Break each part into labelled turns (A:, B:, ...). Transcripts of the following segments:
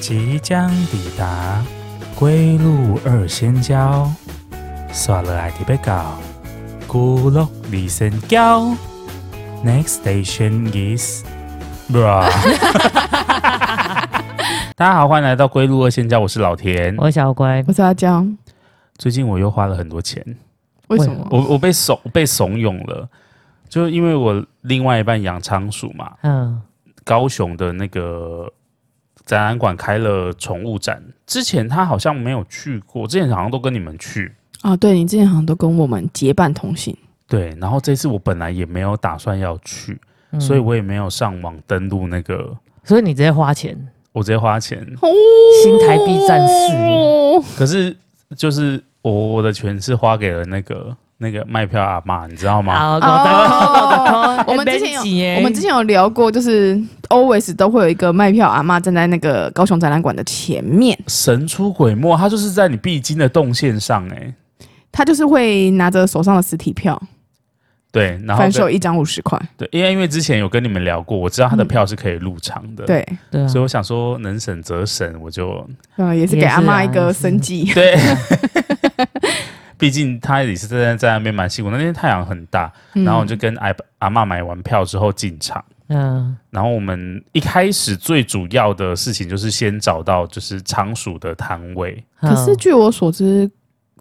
A: 即将抵达归路二仙交，刷了爱迪贝高，咕噜李仙交。Next station is bra。大家好，欢迎来到归路二仙交，我是老田。
B: 我是小乖，
C: 我是阿江，
A: 最近我又花了很多钱，
C: 为什么？
A: 我我被怂被怂恿了，就是因为我另外一半养仓鼠嘛，
B: 嗯，
A: 高雄的那个展览馆开了宠物展，之前他好像没有去过，之前好像都跟你们去。
C: 啊，对你之前好像都跟我们结伴同行，
A: 对，然后这次我本来也没有打算要去，
B: 嗯
A: 所以我也没有上网登录那个，
B: 所以你直接花钱，
A: 我直接花钱。
C: 哦，
B: 新台币战士
A: 可是就是我我的钱是花给了那个那个卖票阿妈，你知道
C: 啊
A: 吗？
B: 好，
C: 哦我们之前有
B: 哎
C: 我们之前有聊过，就是 always 都会有一个卖票阿嬷站在那个高雄展览馆的前面，
A: 神出鬼没，他就是在你必经的动线上、欸，哎，
C: 她就是会拿着手上的实体票，
A: 对，然后
C: 反
A: 跟
C: 手一张五十块，
A: 对，因为因为之前有跟你们聊过，我知道他的票是可以入场的，
C: 对，
B: 对啊
A: 所以我想说，能省则省，我就，
C: 嗯，也是给
B: 也是啊
C: 阿嬷一个
B: 也是
C: 生计
A: 对。毕竟他也是在在那边蛮辛苦，那天太阳很大，然
C: 嗯
A: 后我就跟阿阿嬷买完票之后进场。
B: 嗯
A: 然后我们一开始最主要的事情就是先找到就是仓鼠的摊位，
C: 嗯。可是
B: 嗯
C: 据我所知，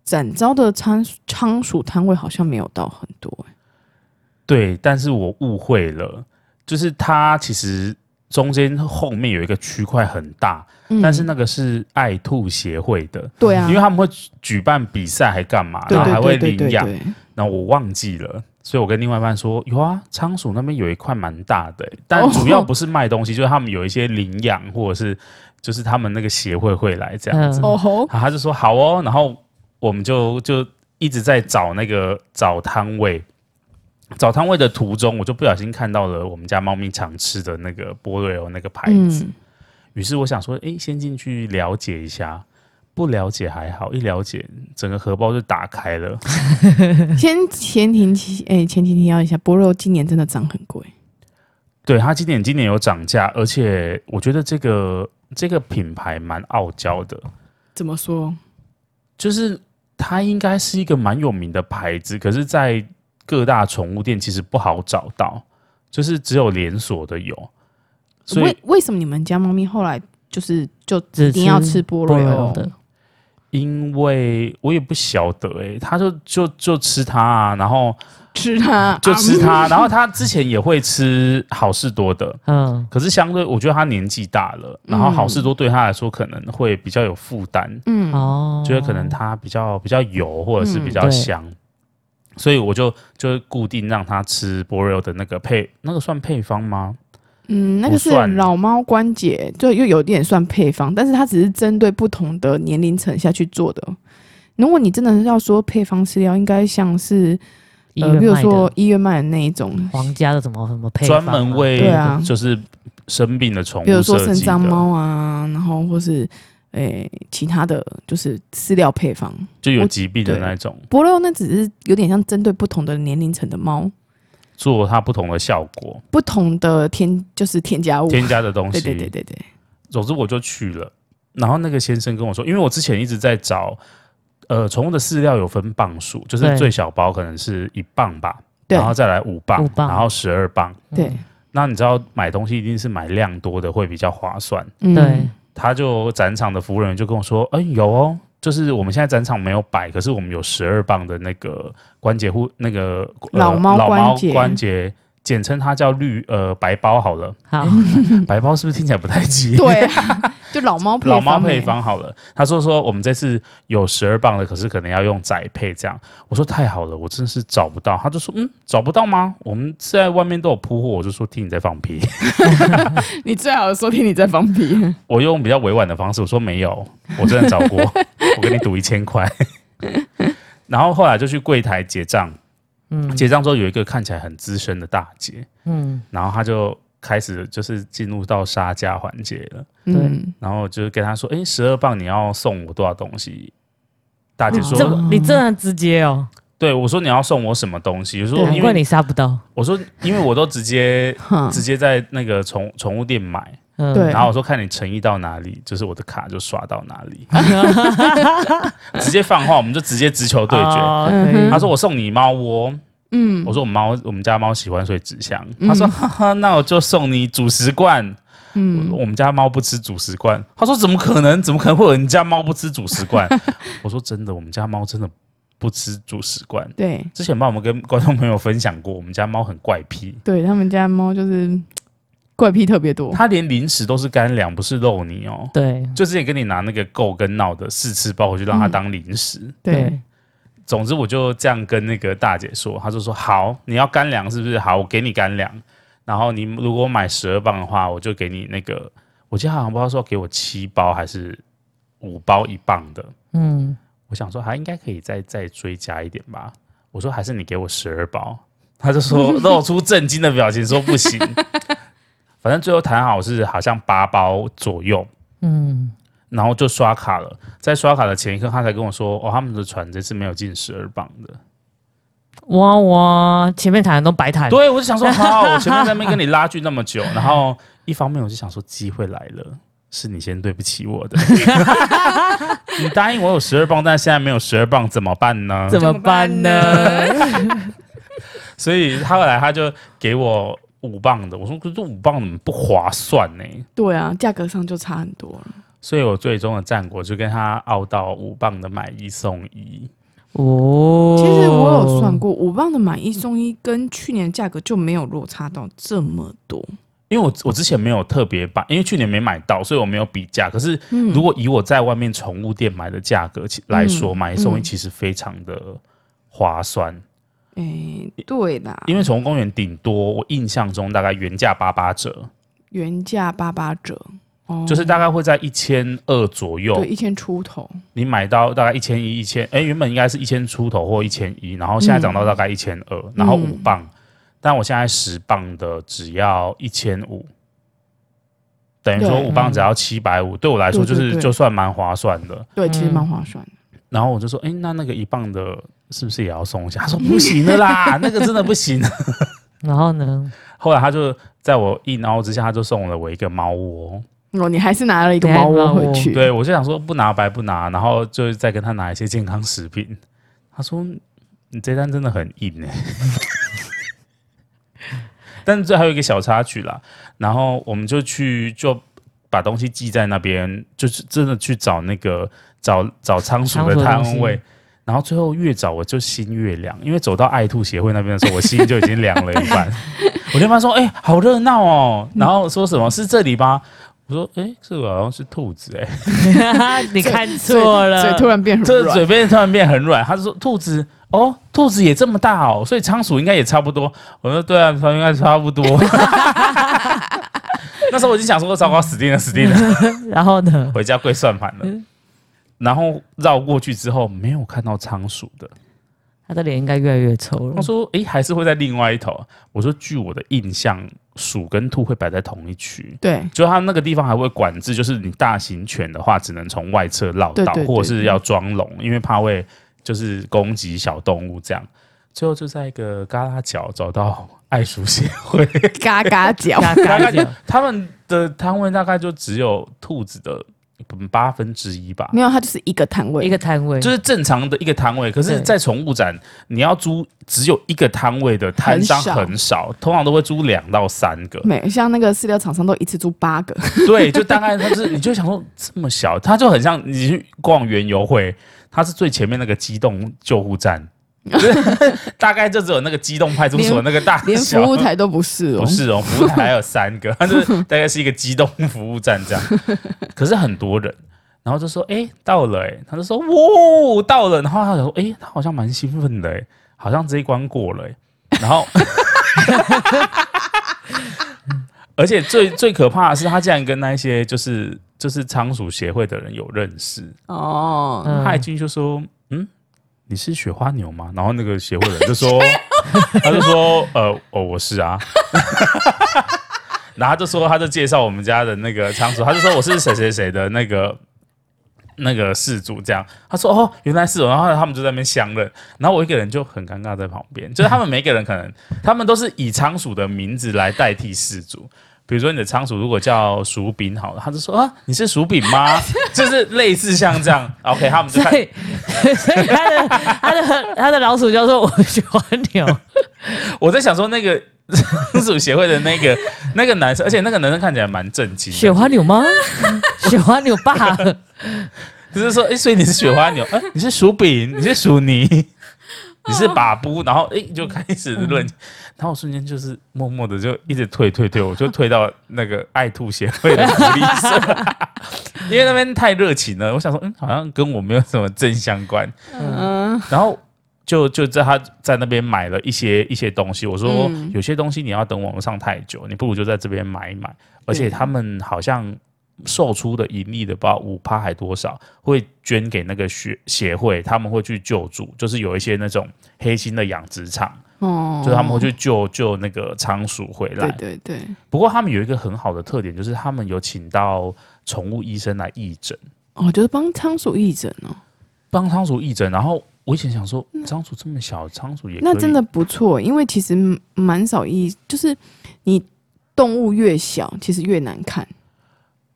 C: 展昭的仓仓鼠摊位好像没有到很多、欸
A: 对，但是我误会了，就是它其实中间后面有一个区块很大，
C: 嗯
A: 但是那个是爱兔协会的，
C: 对啊，
A: 因为他们会举举办比赛还干嘛，
C: 对
A: 然后还会
C: 对对对
A: 领
C: 对
A: 养，
C: 对，
A: 然后我忘记了，所以我跟另外一半说，有啊，仓鼠那边有一块蛮大的欸、但主要不是卖东西，就是他们有一些领养或者是就是他们那个协会会来这样子，
B: 嗯
C: 哦吼，
A: 然后他就说好哦，然后我们就就一直在找那个找摊位。找摊位的途中，我就不小心看到了我们家猫咪常吃的那个波瑞欧那个牌子，
C: 嗯，
A: 于、是我想说，诶，先进去了解一下，不了解还好，一了解整个荷包就打开了。
C: 先嗯前提提，哎、前提提要一下，波肉今年真的涨很贵，
A: 对，它今年今年有涨价，而且我觉得这个这个品牌蛮傲娇的，
C: 怎么说？
A: 就是它应该是一个蛮有名的牌子，可是，在各大宠物店其实不好找到，就是只有连锁的有，所以
C: 为为什么你们家猫咪后来就是
B: 嗯
C: 就哦
B: 只
C: 一定要吃菠萝
B: 菠萝的，
A: 因为我也不晓得诶、欸，它就就就吃它啊，然后
C: 吃它
A: 就吃它，然后它之前也会吃好事多的，
B: 嗯
A: 可是相对我觉得它年纪大了，然后好事多对它来说可能会比较有负担，
C: 嗯，
B: 哦，
A: 就是可能它比较比较油或者是比较
B: 嗯对
A: 香，所以我就就固定让它吃波瑞欧的那个配，那个算配方吗？
C: 嗯，那
A: 不
C: 个是
A: 算
C: 老猫关节，就又有点算配方，但是它只是针对不同的年龄层下去做的。如果你真的是要说配方饲料，应该像是
B: 医
C: 呃，
B: 院
C: 比如
B: 卖的
C: 说医院卖的那一种，
B: 皇家的什么什么配方
A: 专
B: 啊
A: 门为
C: 对啊
A: 就是生病的宠
C: 比
A: 物
C: 如说
A: 设
C: 肾
A: 计的
C: 脏。猫啊，然后或是诶、其他的就是饲料配方。
A: 就有疾病的
C: 对
A: 那种，
C: 波肉那只是有点像针对不同的年龄层的猫，
A: 做它不同的效果，
C: 不同的添就是添加物。
A: 添加的东西。
C: 哦 对对对对对，
A: 总之我就去了，然后那个先生跟我说，因为我之前一直在找，呃，宠物的饲料有分磅数，就是
B: 对
A: 最小包可能是一磅吧，
C: 对
A: 然后再来五磅，
B: 五磅
A: 然后十二磅。
C: 对
A: 那你知道买东西一定是买量多的会比较划算。
C: 嗯
B: 对，
A: 他就展场的服务人员就跟我说，哎、有哦，就是我们现在展场没有摆，可是我们有十二磅的那个关节护那个、呃
C: 老猫
A: 老猫
C: 关节
A: 关节。简称它叫绿呃白包好了，
B: 好，
C: 嗯
A: 白包是不是听起来不太吉利？
C: 对啊，就老猫配方、
A: 老猫配。方好了，他说说我们这次有十二磅的，可是可能要用窄配这样。我说太好了，我真的是找不到。他就说嗯，找不到吗？我们在外面都有铺货，我就说听你在放屁。
C: 欸你最好收听你在放 屁。
A: 我用比较委婉的方式，我说没有，我真的找过， 我给你赌一千块。 然后后来就去柜台结账，
B: 嗯
A: 结账之后有一个看起来很资深的大姐，
B: 嗯，
A: 然后她就开始就是进入到杀价环节了。
C: 嗯，
A: 然后就是跟他说：“哎，十二磅你要送我多少东西？”大姐
C: 哦
A: 说：“
B: 这么你这样直接哦，
A: 对我说你要送我什么东西？”我说：“
B: 难
A: 因
B: 怪
A: 为
B: 你杀不到，
A: 我说因为我都直接
C: 哼
A: 直接在那个宠宠物店买，
B: 嗯
C: 对
A: 然后我说看你诚意到哪里，就是我的卡就刷到哪里， 直接放话，我们就直接直球对决。
B: 哦
C: 嗯
B: 可以
A: 他说我送你猫窝，
C: 嗯
A: 我说我们猫我们家猫喜欢所以纸箱。
C: 嗯
A: 他说哈哈，那我就送你主食罐。
C: 嗯，
A: 我们家猫不吃主食罐。他说怎么可能？怎么可能会有人家猫不吃主食 罐？我说真的，我们家猫真的不吃主食罐。
C: 对
A: 之前帮我们跟观众朋友分享过，我们家猫很怪癖，
C: 对，他们家猫就是怪癖特别多，
A: 它连零食都是干粮，不是肉泥哦。
B: 对
A: 就之前跟你拿那个够跟闹的试吃包回去，让它当零食。
C: 对，
A: 总之，我就这样跟那个大姐说，她就说好，你要干粮是不是？好，我给你干粮。然后你如果买十二磅的话，我就给你那个，我记得好像不知道说给我七包还是五包一磅的。
B: 嗯，
A: 我想说，还应该可以再再追加一点吧。我说还是你给我十二包，他就说露出震惊的表情，说不行。反正最后谈好是好像八包左右，
B: 嗯，
A: 然后就刷卡了。在刷卡的前一刻，他才跟我说，哦，他们的船这次没有进十二磅的。
B: 哇哇，前面谈的都白谈，
A: 对，我就想说，好，我前面在那边跟你拉锯那么久，然后一方面我就想说，机会来了。是你先对不起我 的，你答应我有十二磅，但现在没有十二磅怎么办呢？
B: 怎么办呢？
A: 所以他后来他就给我五磅的，我说可是五磅怎么不划算呢？
C: 对啊，价格上就差很多了。
A: 所以我最终的战果就跟他拗到五磅的买一送一，
B: 哦，
C: 其实我有算，
A: 哦
C: 过，五磅的买一送一跟去年的价格就没有落差到这么多。
A: 因为我我之前没有特别把，因为去年没买到，所以我没有比价。可是
C: 嗯
A: 如果以我在外面宠物店买的价格其来说，
C: 嗯
A: 买一送一
C: 嗯
A: 其实非常的划算，
C: 哎、对啦，
A: 嗯因为宠物公园顶多我印象中大概原价八八折，
C: 原价八八折，哦，
A: 就是大概会在一千二左右，
C: 对一千出头，
A: 你买到大概一千一、一千，哎，原本应该是一千出头或一千一，然后
C: 嗯
A: 现在涨到大概一千二，然后五磅，但我现在十磅的只要一千五，等于说
C: 对嗯
A: 五磅只要七百五，对我来说
C: 对
A: 就
C: 对
A: 是
C: 对
A: 就算蛮划算的。
C: 对，其实
B: 嗯
C: 蛮划算的。
A: 然后我就说，哎，那那个一磅的是不是也要送一下？他说不行的 啦，那个真的不行。
B: 然后呢？
A: 后来他就在我一挠之下，他就送了我一个猫窝。
C: 哦，你还是拿了一个猫窝回去，
A: 对，我就想说不拿白不拿，然后就是再跟他拿一些健康食品。他说你这单真的很硬哎、但是这还有一个小插曲啦，然后我们就去就把东西寄在那边，就是真的去找那个找找仓鼠的摊位。然后最后越找我就心越凉，因为走到爱兔协会那边的时候，我心就已经凉了一 半。我就跟他说：“哎、好热闹哦！”然后说什么是这里吗？我说：“哎、这个好像是兔子哎、
B: 你看错
C: 嘴
B: 了
C: 嘴，突然变
A: 这
C: 软，
A: 嘴边突然变很软，他就说兔子哦，兔子也这么大哦，所以仓鼠应该也差不多。我说对啊，应该差不多。 那时候我就想说，糟糕，死定了，死定了，
B: 然后呢？
A: 回家跪算盘了。然后绕过去之后，没有看到仓鼠的。
B: 他的脸应该越来越丑了
A: 他。说：“诶，还是会在另外一头。”我说：“据我的印象，鼠跟兔会摆在同一区。
C: 对
A: 就它那个地方还会管制，就是你大型犬的话，只能从外侧绕
C: 对
A: 道，
C: 对对
A: 或者是要装笼，因为怕会就是攻击小动物这样。最后就在一个旮旯角找到爱鼠协会，
C: 嘎嘎脚，
B: 嘎
A: 大
B: 嘎
A: 概
B: 的，
A: 他们的摊位大概就只有兔子的嗯八分之一吧，
C: 没有，它就是一个摊位，
B: 一个摊位，
A: 就是正常的一个摊位。可是，
B: 对
A: 在宠物展，你要租只有一个摊位的摊商
C: 很少
A: 很少，通常都会租两到三个。
C: 没像那个饲料厂商都一次租八 个，
A: 对，就大概它是，你就想说这么小，它就很像你去逛园游会，它是最前面那个机动救护站， 就是大概就只有那个机动派出所那个大
C: 连服
A: 小。
C: 务台都不是哦
A: 不。是哦，服务台还有三个， 它就是大概是一个机动服务站 这样，可是很多人，然后就说哎、到了哎、他就说哇到了，然后他想说哎、他好像蛮兴奋的哎、好像这一关过 了、欸，然后， 而且最最可怕的是，他竟然跟那一些就是就是仓鼠协会的人有认识，
C: 哦，
B: 嗯
A: 他一进去就说：“嗯，你是雪花牛吗？”然后那个协会人就说：“他就说呃哦我是啊。” 然后他就说，他就介绍我们家的那个仓鼠，他就说我是谁谁谁的那个那个事主这样。他说哦，原来是我，然后他们就在那边相认，然后我一个人就很尴 尬在旁边，就是他们每个人可能他们都是以仓鼠的名字来代替事主。比如说你的仓鼠如果叫薯饼好了，他就说啊你是薯饼吗？ 就是类似像这样，OK，他们就
B: 所
A: 看
B: 以 所以他的他的他的老鼠叫做我 喜欢牛，
A: 我在想说那个 仓鼠协会的那个那个男生，而且那个男生看起来蛮震惊的，
B: 喜欢牛 吗？喜欢牛爸，
A: 就是说，哎、所以你是雪花牛，哎、你是薯饼，你是薯泥，你是把布，然后哎、诶就开始论，然后我瞬间就是默默的就一直退退退，我就退到那个爱兔协会的福利社，因为那边太热情了，我想说，嗯，好像跟我没有什么正相关，
C: 嗯，
A: 然后。就就在他在那边买了一些一些东西，我说、
C: 嗯
A: 有些东西你要等网络上太久，你不如就在这边买一买。而且他们好像售出的盈利的，不知道五趴还多少，会捐给那个学协会，他们会去救助，就是有一些那种黑心的养殖场，
C: 哦
A: 就是他们会去救救那个仓鼠回来。
C: 对对对，
A: 不过他们有一个很好的特点，就是他们有请到宠物医生来义诊，
C: 哦，就是帮仓鼠义诊哦，
A: 帮仓鼠义诊。然后我以前想说，仓鼠这么小，仓鼠也可以
C: 嗯那真的不错，因为其实蛮蛮少义，就是你动物越小，其实越难看。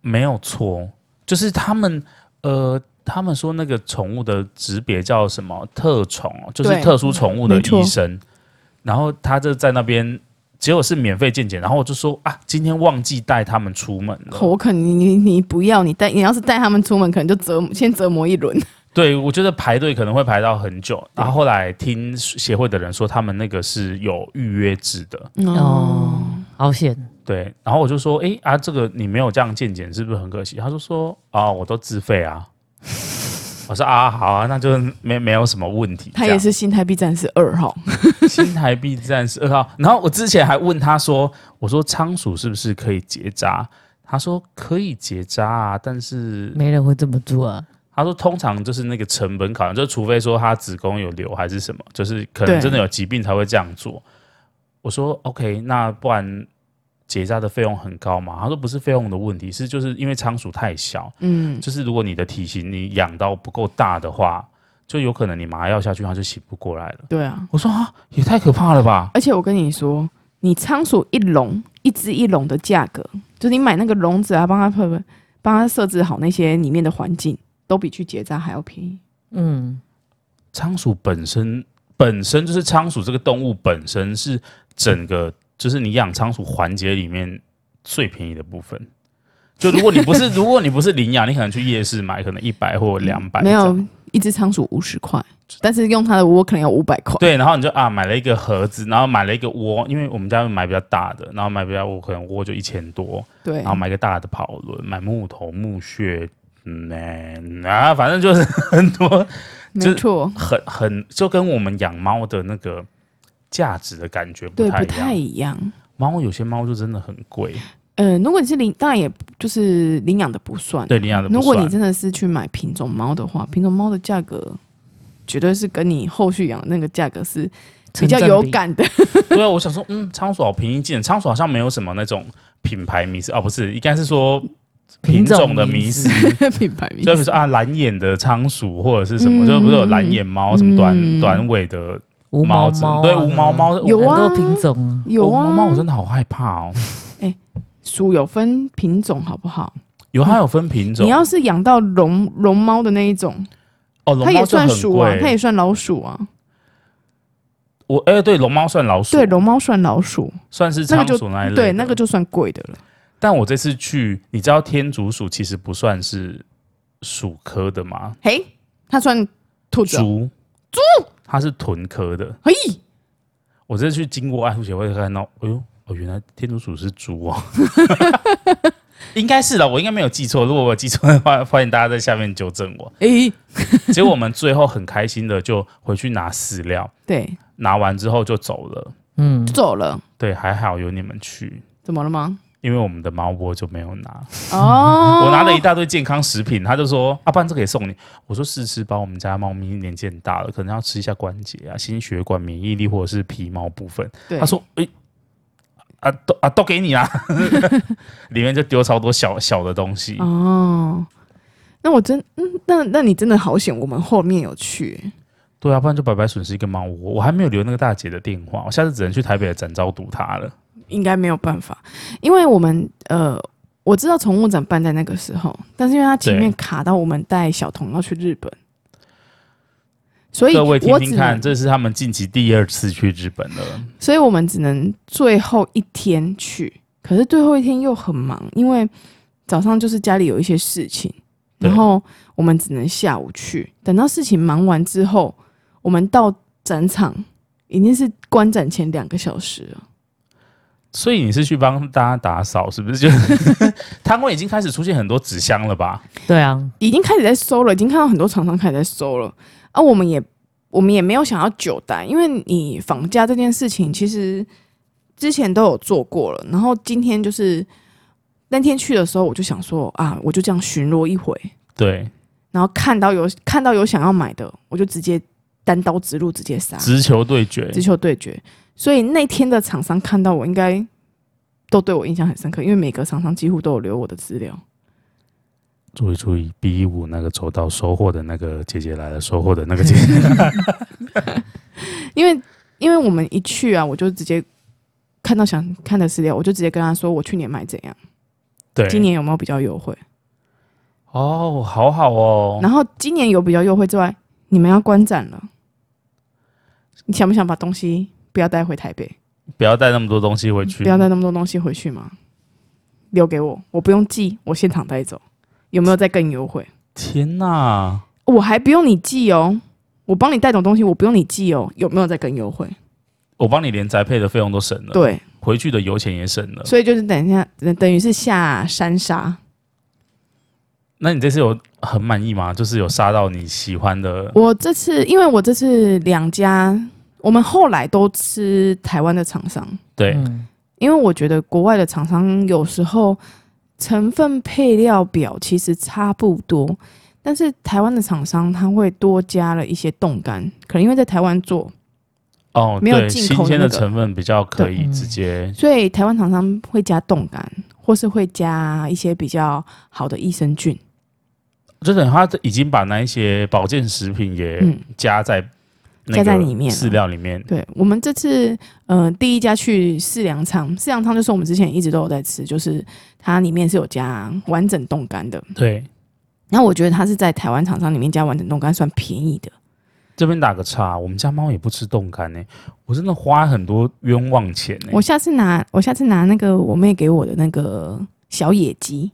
A: 没有错，就是他们呃，他们说那个宠物的职别叫什么特宠哦，就是
C: 对
A: 特殊宠物的
C: 没错
A: 医生。然后他就在那边，结果是免费健检，然后我就说啊，今天忘记带他们出门了。
C: 口啃你你你不要，你带你要是带他们出门，可能就折磨先折磨一轮。
A: 对，我觉得排队可能会排到很久。然后后来听协会的人说，他们那个是有预约制的。
C: 嗯
B: 哦，好险，
A: 对，然后我就说，诶，啊，这个你没有这样健检，是不是很可惜？他就说，啊，我都自费啊。我说啊，好啊，那就没没有什么问题。
C: 他
A: 这样
C: 也是新台币战士二号，
A: 新台币战士二号。然后我之前还问他说：“我说仓鼠是不是可以结扎？”他说可以结扎啊，但是
B: 没人会这么做啊。
A: 他说通常就是那个成本考量，就是除非说他子宫有瘤还是什么，就是可能
C: 对
A: 真的有疾病才会这样做。我说 OK，那不然结扎的费用很高嘛？他说不是费用的问题，是就是因为仓鼠太小，
C: 嗯，
A: 就是如果你的体型你养到不够大的话，就有可能你麻药下去它就醒不过来了。
C: 对啊。
A: 我说啊，也太可怕了吧！
C: 而且我跟你说，你仓鼠一笼一只一笼的价格，就是你买那个笼子啊，帮它配帮它设置好那些里面的环境，都比去结扎还要便宜。
B: 嗯，
A: 仓鼠本身本身就是仓鼠这个动物本身是整个就是你养仓鼠环节里面最便宜的部分。就如果你不 是如果你不是领养，你可能去夜市买，可能一百或两百、
C: 没有。一只仓鼠五十块，但是用它的窝可能要五百块。
A: 对，然后你就啊买了一个盒子，然后买了一个窝，因为我们家买比较大的，然后买比较我可能窝就一千多，
C: 对
A: 然后买个大的跑轮，买木头、木屑，嗯、啊，反正就是很多就是
C: 没错，
A: 很很就跟我们养猫的那个价值的感觉不
C: 对，
A: 太
C: 不
A: 一样
C: 太。一样。
A: 猫有些猫就真的很贵，
C: 呃，如果你是领，当然也就是领养的不算。
A: 对领养的不
C: 如果你
A: 算。
C: 真的是去买品种猫的话，品种猫的价格绝对是跟你后续养的那个价格是比较
B: 成正
C: 有
B: 比，
C: 感的。
A: 对啊，我想说，嗯，仓鼠好平易近人，仓鼠好像没有什么那种品牌迷思哦，不是，应该是说品
B: 品种
A: 种的迷
B: 迷
A: 思
B: 思。
C: 品牌名
A: 就比如说啊，蓝眼的仓鼠或者是什么，
C: 嗯
A: 就不是有蓝眼猫、什么短
C: 嗯
A: 短尾的
B: 无
A: 猫
B: 毛
A: 之，
B: 猫啊
A: 对，无毛猫
C: 有啊
B: 很多品种啊，
C: 有
A: 无毛
C: 啊，
A: 哦猫，我真的好害怕哦。
C: 鼠有分品种，好不好？
A: 有它有分品种
C: 你，要是养到龙龙猫的那一种，
A: 哦，龙猫
C: 它也
A: 就
C: 算
A: 很
C: 鼠啊，它也
A: 贵。
C: 算老鼠啊。
A: 我哎，对，龙猫算老鼠，
C: 对，龙猫算老鼠，
A: 算是
C: 那个
A: 仓
C: 就
A: 鼠那一类的。
C: 对，那个就算贵的了。
A: 但我这次去，你知道天竺鼠其实不算是鼠科的吗？
C: 嘿，它算兔子哦，
A: 猪猪，它是豚科的。
C: 嘿，
A: 我这次去经过爱护协会看到，哎呦，哦，原来天竺鼠是猪哦，应该是的，我应该没有记错。如果我有记错的话，欢迎大家在下面纠正我。
C: 哎，
A: 结果我们最后很开心的就回去拿饲料，
C: 对，
A: 拿完之后就走了。
B: 嗯，
C: 走了，
A: 对，还好有你们去，
C: 怎么了吗？
A: 因为我们的猫窝就没有拿。
C: 哦，
A: 我拿了一大堆健康食品，他就说：“啊，不然这个也送你。”我说：“试吃吧，我们家猫咪年纪很大了，可能要吃一下关节啊、心血管、免疫力或者是皮毛部分。”
C: 对
A: 他说：“诶，啊都啊都给你 啦，里面就丢超多小小的东西。
C: 哦，那我真嗯，那那你真的好险，我们后面有去。
A: 对啊，不然就白白损失一个猫窝。我还没有留那个大姐的电话，我下次只能去台北的展昭堵她了。
C: 应该没有办法，因为我们呃，我知道宠物展办在那个时候，但是因为它前面
A: 对
C: 卡到我们带小童要去日本，所以
A: 各位听
C: 我只
A: 听
C: 能
A: 看，，这是他们近期第二次去日本了。
C: 所以我们只能最后一天去。可是最后一天又很忙，因为早上就是家里有一些事情，
A: 对
C: 然后我们只能下午去。等到事情忙完之后，我们到展场已经是观展前两个小时了。
A: 所以你是去帮大家打扫，是不是？就是 摊位已经开始出现很多纸箱了吧？
B: 对啊，
C: 已经开始在收了，已经看到很多厂商开始在收了。啊，我们也我们也没有想要久待，因为你房价这件事情其实之前都有做过了，然后今天就是那天去的时候，我就想说啊，我就这样巡逻一回，
A: 对，
C: 然后看到有看到有想要买的，我就直接单刀直入，直接杀，
A: 直球对决，
C: 直球对决。所以那天的厂商看到我，应该都对我印象很深刻，因为每个厂商几乎都有留我的资料。
A: 注意注意，B 五那个抽到收获的那个姐姐来了，收获的那个姐姐，
C: 因为因为我们一去啊，我就直接看到想看的资料，我就直接跟他说我去年买怎样，
A: 对，
C: 今年有没有比较优惠？
A: 哦，好好哦，
C: 然后今年有比较优惠之外，你们要观展了，你想不想把东西不要带回台北，
A: 不要带那么多东西回去，
C: 不要带那么多东西回去吗？留给我，我不用寄，我现场带走。有没有再更优惠？
A: 天哪，
C: 我还不用你寄哦，我帮你带走东西，我不用你寄哦。有没有再更优惠？
A: 我帮你连宅配的费用都省了，，
C: 对，
A: 回去的油钱也省了。
C: 所以就是等一下，等等于是下山沙。
A: 那你这次有很满意吗？就是有杀到你喜欢的，
C: 我这次因为我这次两家，我们后来都吃台湾的厂商，
A: 对，
B: 嗯
C: 因为我觉得国外的厂商有时候成分配料表其实差不多，但是台湾的厂商它会多加了一些冻干，可能因为在台湾做，
A: 哦，
C: 没有
A: 对
C: 进
A: 新
C: 口嗯
A: 鲜
C: 那
A: 的
C: 个
A: 成分比较可以
B: 对
A: 直接，
C: 所以台湾厂商会加冻干，或是会加一些比较好的益生菌。
A: 就等于他已经把那一些保健食品也
C: 嗯
A: 加在那
C: 加在
A: 个
C: 里面了
A: 饲料里面，
C: 对我们这次，呃，第一家去四粮仓，四粮仓就是我们之前一直都有在吃，就是它里面是有加完整冻干的。
A: 对。
C: 那我觉得它是在台湾厂商里面加完整冻干算便宜的。
A: 这边打个岔，我们家猫也不吃冻干呢，我真的花很多冤枉钱呢。
C: 我下次拿，我下次拿那个我妹给我的那个小野鸡，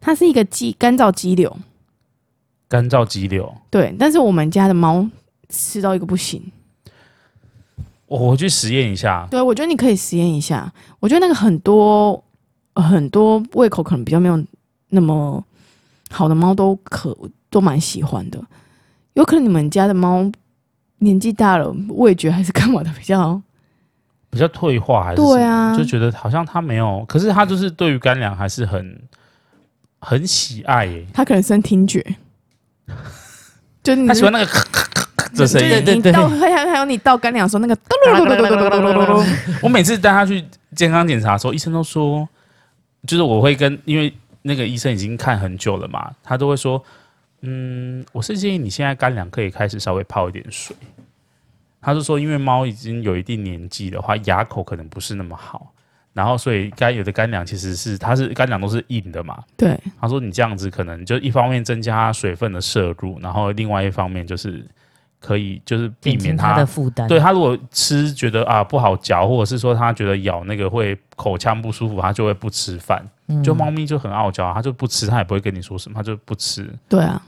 C: 它是一个鸡干燥鸡柳，
A: 干燥鸡柳，
C: 对。但是我们家的猫吃到一个不行，
A: 我我去实验一下。
C: 对我觉得你可以实验一下。我觉得那个很多、呃很多胃口可能比较没有那么好的猫都可都蛮喜欢的，有可能你们家的猫年纪大了，味觉还是干嘛的比较
A: 比较退化还是什么
C: 对啊
A: 就觉得好像它没有，可是它就是对于干粮还是很很喜爱耶，
C: 它可能生听觉，就是你
A: 它喜欢那个咳咳咳咳的声
C: 对对
A: 音。
B: 对对
C: 对对，到还有还有你倒干粮的时候那个咚咚咚咚咚咚咚咚咚，
A: 我每次带它去健康检查的时候，医生都说，就是我会跟因为那个医生已经看很久了嘛，他都会说，嗯，我是建议你现在干粮可以开始稍微泡一点水。他是说，因为猫已经有一定年纪的话，牙口可能不是那么好，然后所以该有的干粮其实是它是干粮都是硬的嘛，
C: 对，
A: 他说你这样子可能就一方面增加水分的摄入，然后另外一方面就是可以就是避
B: 减
A: 免
B: 轻
A: 它
B: 他的负担。
A: 对，他如果吃觉得啊不好嚼，或者是说他觉得咬那个会口腔不舒服，他就会不吃饭。
B: 嗯
A: 就猫咪就很傲娇啊，它就不吃，它也不会跟你说什么，它就不吃。
C: 对啊，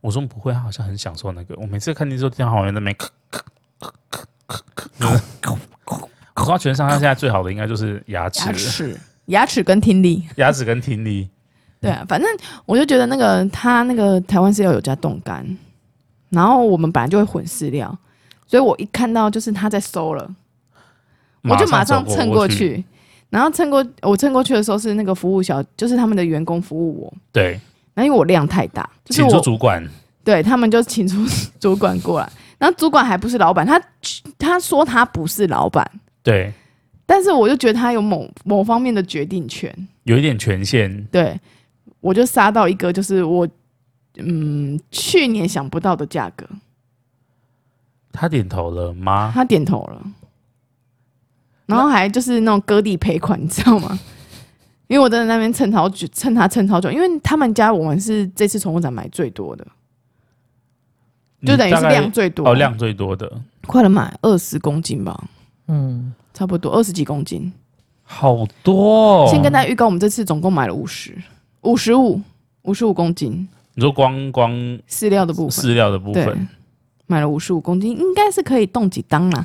A: 我说不会，它好像很享受那个。我每次看电视都听到好像在那边咳咳咳咳咳咳。我说全上下现在最好的应该就是牙齿
C: 牙、齿、牙齿跟听力，
A: 牙齿跟听力。
C: 对啊，反正我就觉得那个它那个台湾饲料有加冻干，然后我们本来就会混饲料，所以我一看到就是它在收了，我就马上
A: 走
C: 蹭
A: 过
C: 过。去，然后蹭过我蹭过去的时候是那个服务小，就是他们的员工服务我，
A: 对，
C: 那因为我量太大，就是
A: 请出
C: 我
A: 主管。
C: 对他们就请出主管过来，然后主管还不是老板，他他说他不是老板，
A: 对，
C: 但是我就觉得他有某某方面的决定权，
A: 有一点权限。
C: 对我就杀到一个就是我嗯去年想不到的价格，
A: 他点头了吗？
C: 他点头了，然后还就是那种割地赔款，你知道吗？ 因为我真的在那边蹭好久，蹭他蹭好久，因为他们家我们是这次宠物展买最多的，就等于
A: 嗯大
C: 是
A: 概
C: 量最多，
A: 哦量最多的，
C: 快了买二十公斤吧，
B: 嗯，
C: 差不多二十几公斤。
A: 好多、哦。
C: 先跟大家预告，我们这次总共买了五十、五十五、五十五公斤
A: 你说光光
C: 饲料的部分，
A: 饲料的部
C: 对
A: 分，，
C: 买了五十五公斤，应该是可以动几档啦。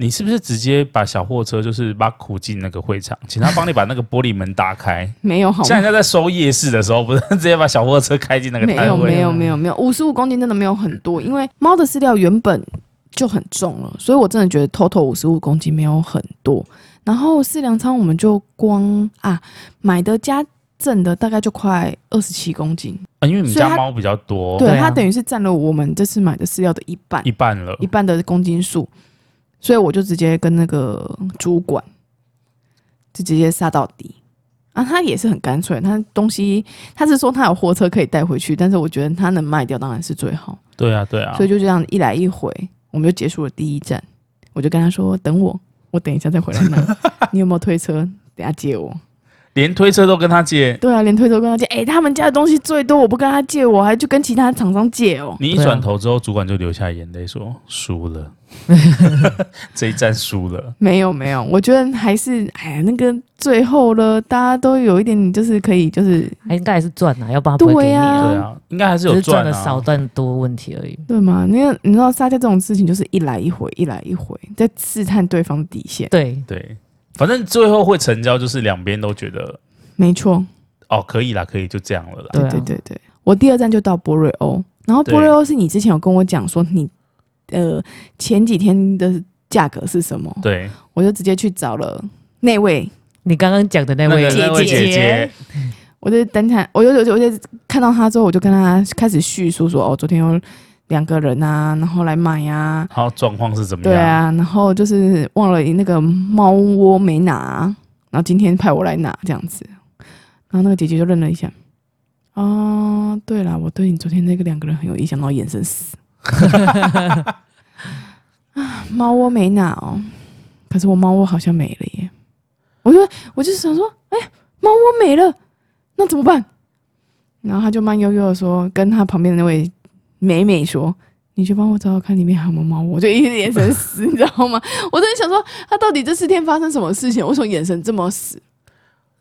A: 你是不是直接把小货车就是把苦进那个会场，请他帮你把那个玻璃门打开？
C: 没有好
A: 像
C: 吗？
A: 人家在收夜市的时候，不是 直接把小货车开进那个
C: 没
A: 摊
C: 有
A: 位？
C: 没有没有没有，五十五公斤真的没有很多，因为猫的饲料原本就很重了，所以我真的觉得 total 五十五公斤没有很多。然后饲粮仓我们就光啊买的加赠的大概就快二十七公斤，
A: 啊因为你们
C: 所以
A: 家
C: 它
A: 猫比较多，
C: 对
B: 对啊
C: 它等于是占了我们这次买的饲料的一半
A: 一半了
C: 一。半的公斤数，所以我就直接跟那个主管就直接杀到底。啊，他也是很干脆，他东西他是说他有货车可以带回去，但是我觉得他能卖掉当然是最好，
A: 对啊，对啊
C: 所。以就这样一来一回，我们就结束了第一站。我就跟他说：“等我，我等一下再回来拿。 你有没有推车？等下借我。
A: 连推车都跟他”借，
C: 对啊，连推车都跟他借。哎、他们家的东西最多，我不跟他借，我还去跟其他厂商借哦。
A: 你一
B: 对啊
A: 转头之后，主管就流下眼泪说：“输 了，这一战输了。
C: 没有没有，我觉得还是哎呀，那个最后了，大家都有一点就是可以就是
B: 还应该还是赚啊，要不然他不会给
C: 对
B: 你
C: 啊”
A: 对
B: 啊，
A: 啊，应该还是
B: 只
A: 有
B: 是赚的
A: 啊。
B: 少赚多问题而已。
C: 对吗？那个你知道撒娇这种事情就是一来一回，一来一回，在试探对方的底线。
B: 对，
A: 对，反正最后会成交，就是两边都觉得
C: 没错，
A: 哦，可以啦，可以，就这样了啦。
B: 对啊
C: 对对对，我第二站就到波瑞欧，然后
A: 对
C: 波瑞欧是你之前有跟我讲说你呃前几天的价格是什么，
A: 对，
C: 我就直接去找了那位，
B: 你刚刚讲的那
A: 那
B: 位
A: 个那位姐
C: 姐
A: 姐，
C: 我就等他，我就我就我就看到他之后，我就跟他开始叙述说哦，昨天有两个人啊，然后来买啊，
A: 然后状况是怎么
C: 对
A: 样？
C: 啊，然后就是忘了那个猫窝没拿，然后今天派我来拿这样子，然后那个姐姐就愣了一下，哦，对啦，我对你昨天那个两个人很有印象，然后眼神死，啊，猫窝没拿哦，可是我猫窝好像没了耶，我就我就想说，哎、猫窝没了，那怎么办？然后他就慢悠悠的说，跟他旁边的那位美美说，你去帮我找找看里面还有没有猫窝，我就一直眼神死，你知道吗？我真的想说，他到底这四天发生什么事情？为什么眼神这么死？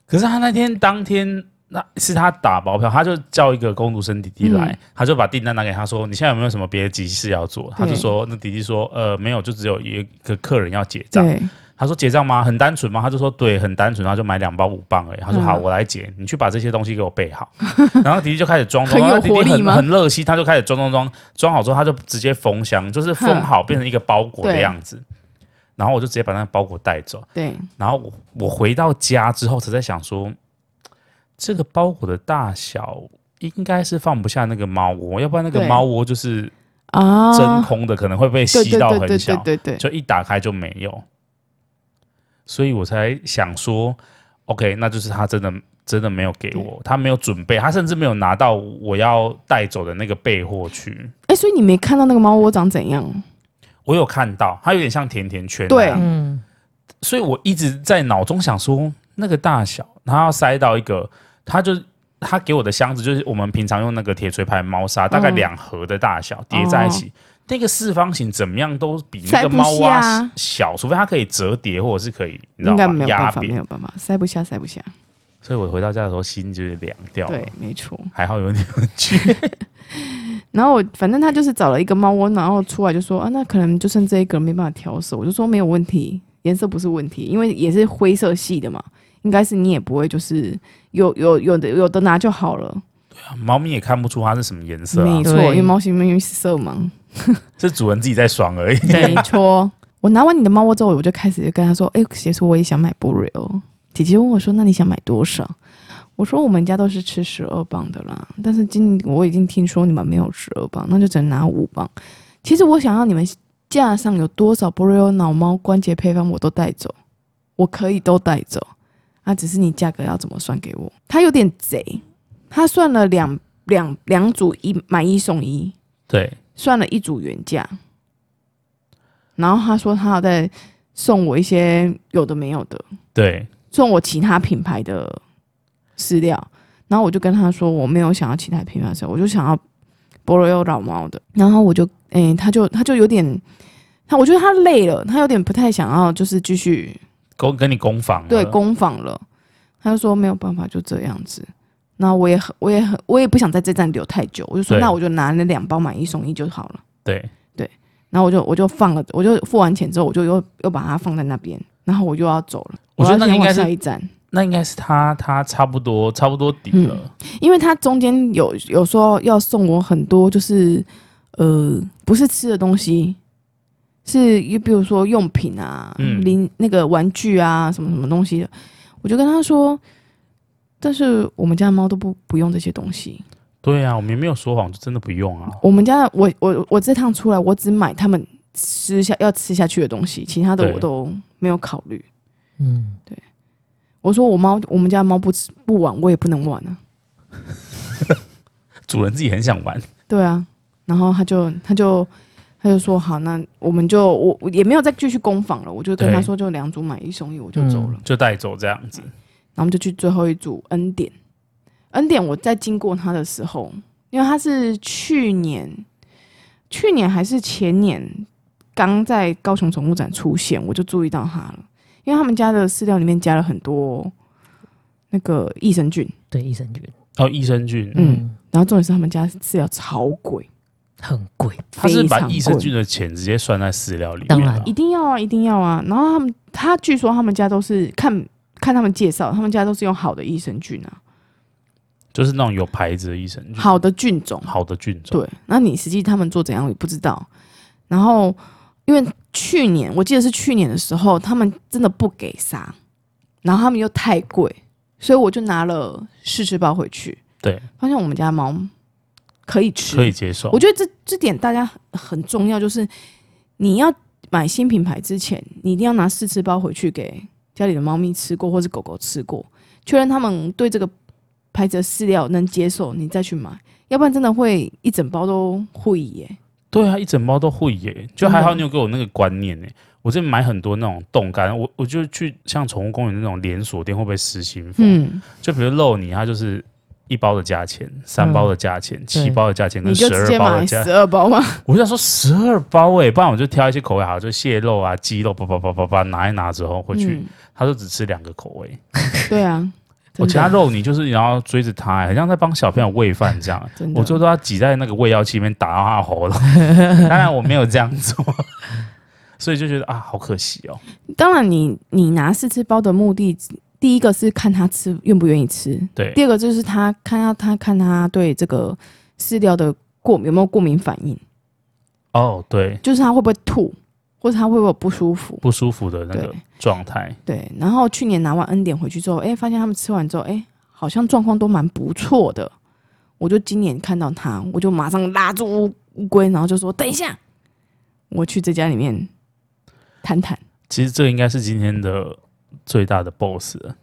A: 可是他那天当天。那是他打包票，他就叫一个工读生弟弟来，
C: 嗯
A: 他就把订单拿给他说：“你现在有没有什么别的急事要做？”他就
C: 对
A: 说：“那弟弟说，呃，没有，就只有一个客人要结账。”
C: 对，
A: 他说结账吗？很单纯吗？他就说对，很单纯，然后就买两包五磅而已。他说
C: 嗯
A: 好，我来结，你去把这些东西给我备好。 然后迪迪就开始装装，
C: 很有
A: 然后迪迪
C: 活力
A: 很
C: 吗
A: 很热心，他就开始装装装，装好之后他就直接封箱，就是封
C: 哼
A: 好变成一个包裹的
C: 对
A: 样子。然后我就直接把那个包裹带走。
C: 对，
A: 然后我我回到家之后，才在想说，这个包裹的大小应该是放不下那个猫窝，要不然那个
C: 对
A: 猫窝就是
C: 啊，
A: 真空的，可能会被
C: 对
A: 吸
C: 对
A: 到
C: 对
A: 很
C: 哦对
A: 小
C: 对。对对，
A: 就一打开就没有，所以我才想说，OK，那就是他真的真的没有给我，他没有准备，他甚至没有拿到我要带走的那个备货去。
C: 哎，所以你没看到那个猫窝长怎样？
A: 我有看到，它有点像甜甜圈那
C: 对
A: 样，
B: 嗯，
A: 所以我一直在脑中想说，那个大小，它要塞到一个，它就它给我的箱子就是我们平常用那个铁锤牌猫砂，大概
C: 嗯哦
A: 两盒的大小叠在一起。那个四方形怎么样都比那
C: 塞
A: 个
C: 不
A: 猫蛙
C: 下
A: 小，除非它可以折叠，或者是可以，你知道
C: 应该
A: 吗
C: 没？有
A: 压
C: 办法，没
A: 扁。
C: 有办法，塞不下，塞不下。
A: 所以我回到家的时候，心就是凉掉了
C: 对。，没错。
A: 还好有你们 去。
C: 然后我反正他就是找了一个猫窝，然后出来就说啊，那可能就剩这一个没办法调色。我就说没有问题，颜色不是问题，因为也是灰色系的嘛，应该是你也不会就是有有有的有的拿就好了。
A: 猫咪也看不出它是什么颜色啊
C: 没，错，
B: 对
C: 因为猫型命运是色盲。
A: 是主人自己在爽而已。
C: 没错，我拿完你的猫窝之后，我就开始跟他说：“哎、姐说我也想买波瑞欧。”姐姐问我说：“那你想买多少？”我说：“我们家都是吃十二磅的啦，但是今我已经听说你们没有十二磅，那就只能拿五磅。其实我想要你们架上有多少波瑞欧脑猫关节配方，我都带走，我可以都带走。啊，只是你价格要怎么算给我？他有点贼，他算了两两两组一买一送一，
A: 对，
C: 算了一组原价，然后他说他要再送我一些有的没有的，
A: 对，
C: 送我其他品牌的饲料，然后我就跟他说我没有想要其他品牌的饲料，我就想要博罗优老猫的，然后我就诶、他就他就有点。他我觉得他累了，他有点不太想要，就是继续
A: 攻跟你攻防了
C: 对，工坊了。他就说没有办法，就这样子。那我也很，我也很，我也不想在这站留太久，我就说
A: 对
C: 那我就拿那两包买一送一就好了。
A: 对
C: 然后我就我就放了，我就付完钱之后，我就又又把它放在那边，然后我又要走了。
A: 我觉得
C: 要
A: 那
C: 前
A: 应
C: 往
A: 该是
C: 下一站，
A: 那应该是他他差不多差不多底
C: 嗯
A: 了，
C: 因为他中间有有说要送我很多，就是呃，不是吃的东西，是比如说用品啊、
A: 嗯
C: 零那个玩具啊，什么什么东西的。我就跟他说，但是我们家的猫都不不用这些东西。
A: 对啊，我们也没有说谎，就真的不用啊，
C: 我们家我我我这趟出来，我只买他们吃下要吃下去的东西，其他的
A: 对
C: 我都没有考虑。
B: 嗯，
C: 我说我猫，我们家猫不吃不玩，我也不能玩啊。
A: 主人自己很想玩，
C: 对啊，然后他就他就他就说好，那我们就我我也没有再继续攻防了，我就跟
A: 对嗯
C: 他说就两组买一送一，我就走了。
A: 就带走这样子，
C: 然后我们就去最后一组恩典，恩典我在经过他的时候，因为他是去年去年还是前年刚在高雄宠物展出现，我就注意到他了，因为他们家的饲料里面加了很多那个益生菌，
B: 对，益生菌，
A: 哦，益生菌，
C: 嗯然后重点是他们家饲料超贵，
B: 很贵，
A: 他是
C: 非
A: 把
C: 常
A: 益生
C: 贵
A: 菌的钱直接算在饲料里面，
B: 当然
C: 一定要啊，一定要啊。然后他们，他据说他们家都是看看他们介绍，他们家都是用好的益生菌啊，
A: 就是那种有牌子的益生菌，
C: 好的菌种。
A: 嗯好的菌种，
C: 对，那你实际他们做怎样也不知道。然后，因为去年我记得是去年的时候，他们真的不给杀，然后他们又太贵，所以我就拿了试吃包回去，
A: 对，
C: 发现我们家猫可以吃，
A: 可以接受
C: 我。觉得这这点大家很很重要，就是你要买新品牌之前，你一定要拿试吃包回去给家里的猫咪吃过，或是狗狗吃过，确认它们对这个牌子的饲料能接受，你再去买，要不然真的会一整包都会耶。
A: 对啊，一整包都会耶，就
C: 真
A: 还
C: 的
A: 好你有给我那个观念呢。我这边买很多那种冻干，我我就去像宠物公园那种连锁店会不会失心疯？
C: 嗯，
A: 就比如肉泥，它就是一包的价钱、三
B: 嗯
A: 包的价钱、七
B: 对
A: 包的价钱
C: 嗯你
A: 跟
C: 就
A: 十
C: 直
A: 二
C: 接
A: 包的
C: 买
A: 价
C: 十，二包嘛。
A: 我就想说十二包哎，不然我就挑一些口味好，就蟹肉啊、鸡肉，叭叭叭叭叭拿一拿之后回去，
C: 嗯，
A: 他就只吃两个口味。
C: 对啊，
A: 我
C: 真
A: 其他
C: 的
A: 肉泥就是你要追着它、欸，很像在帮小朋友喂饭这样。
C: 真的
A: 我最后都要挤在那个喂药器里面打到他的喉 咙，当然我没有这样做，所以就觉得啊，好可惜哦。
C: 当然你你拿试吃包的目的，第一个是看它吃愿不愿意吃，
A: 对
C: 第二个就是他看他他看他对这个饲料的过敏有没有过敏反应，
A: 哦，对，
C: 就是他会不会吐，或者他会不会有不舒服。
A: 不舒服的那个
C: 对
A: 状态，
C: 对，然后去年拿完恩典回去之后，哎，发现他们吃完之后，哎，好像状况都蛮不错的。我就今年看到他，我就马上拉住乌乌龟，然后就说：“等一下，我去这家里面谈谈。
A: 其实这应该是今天的最大的 BOSS，了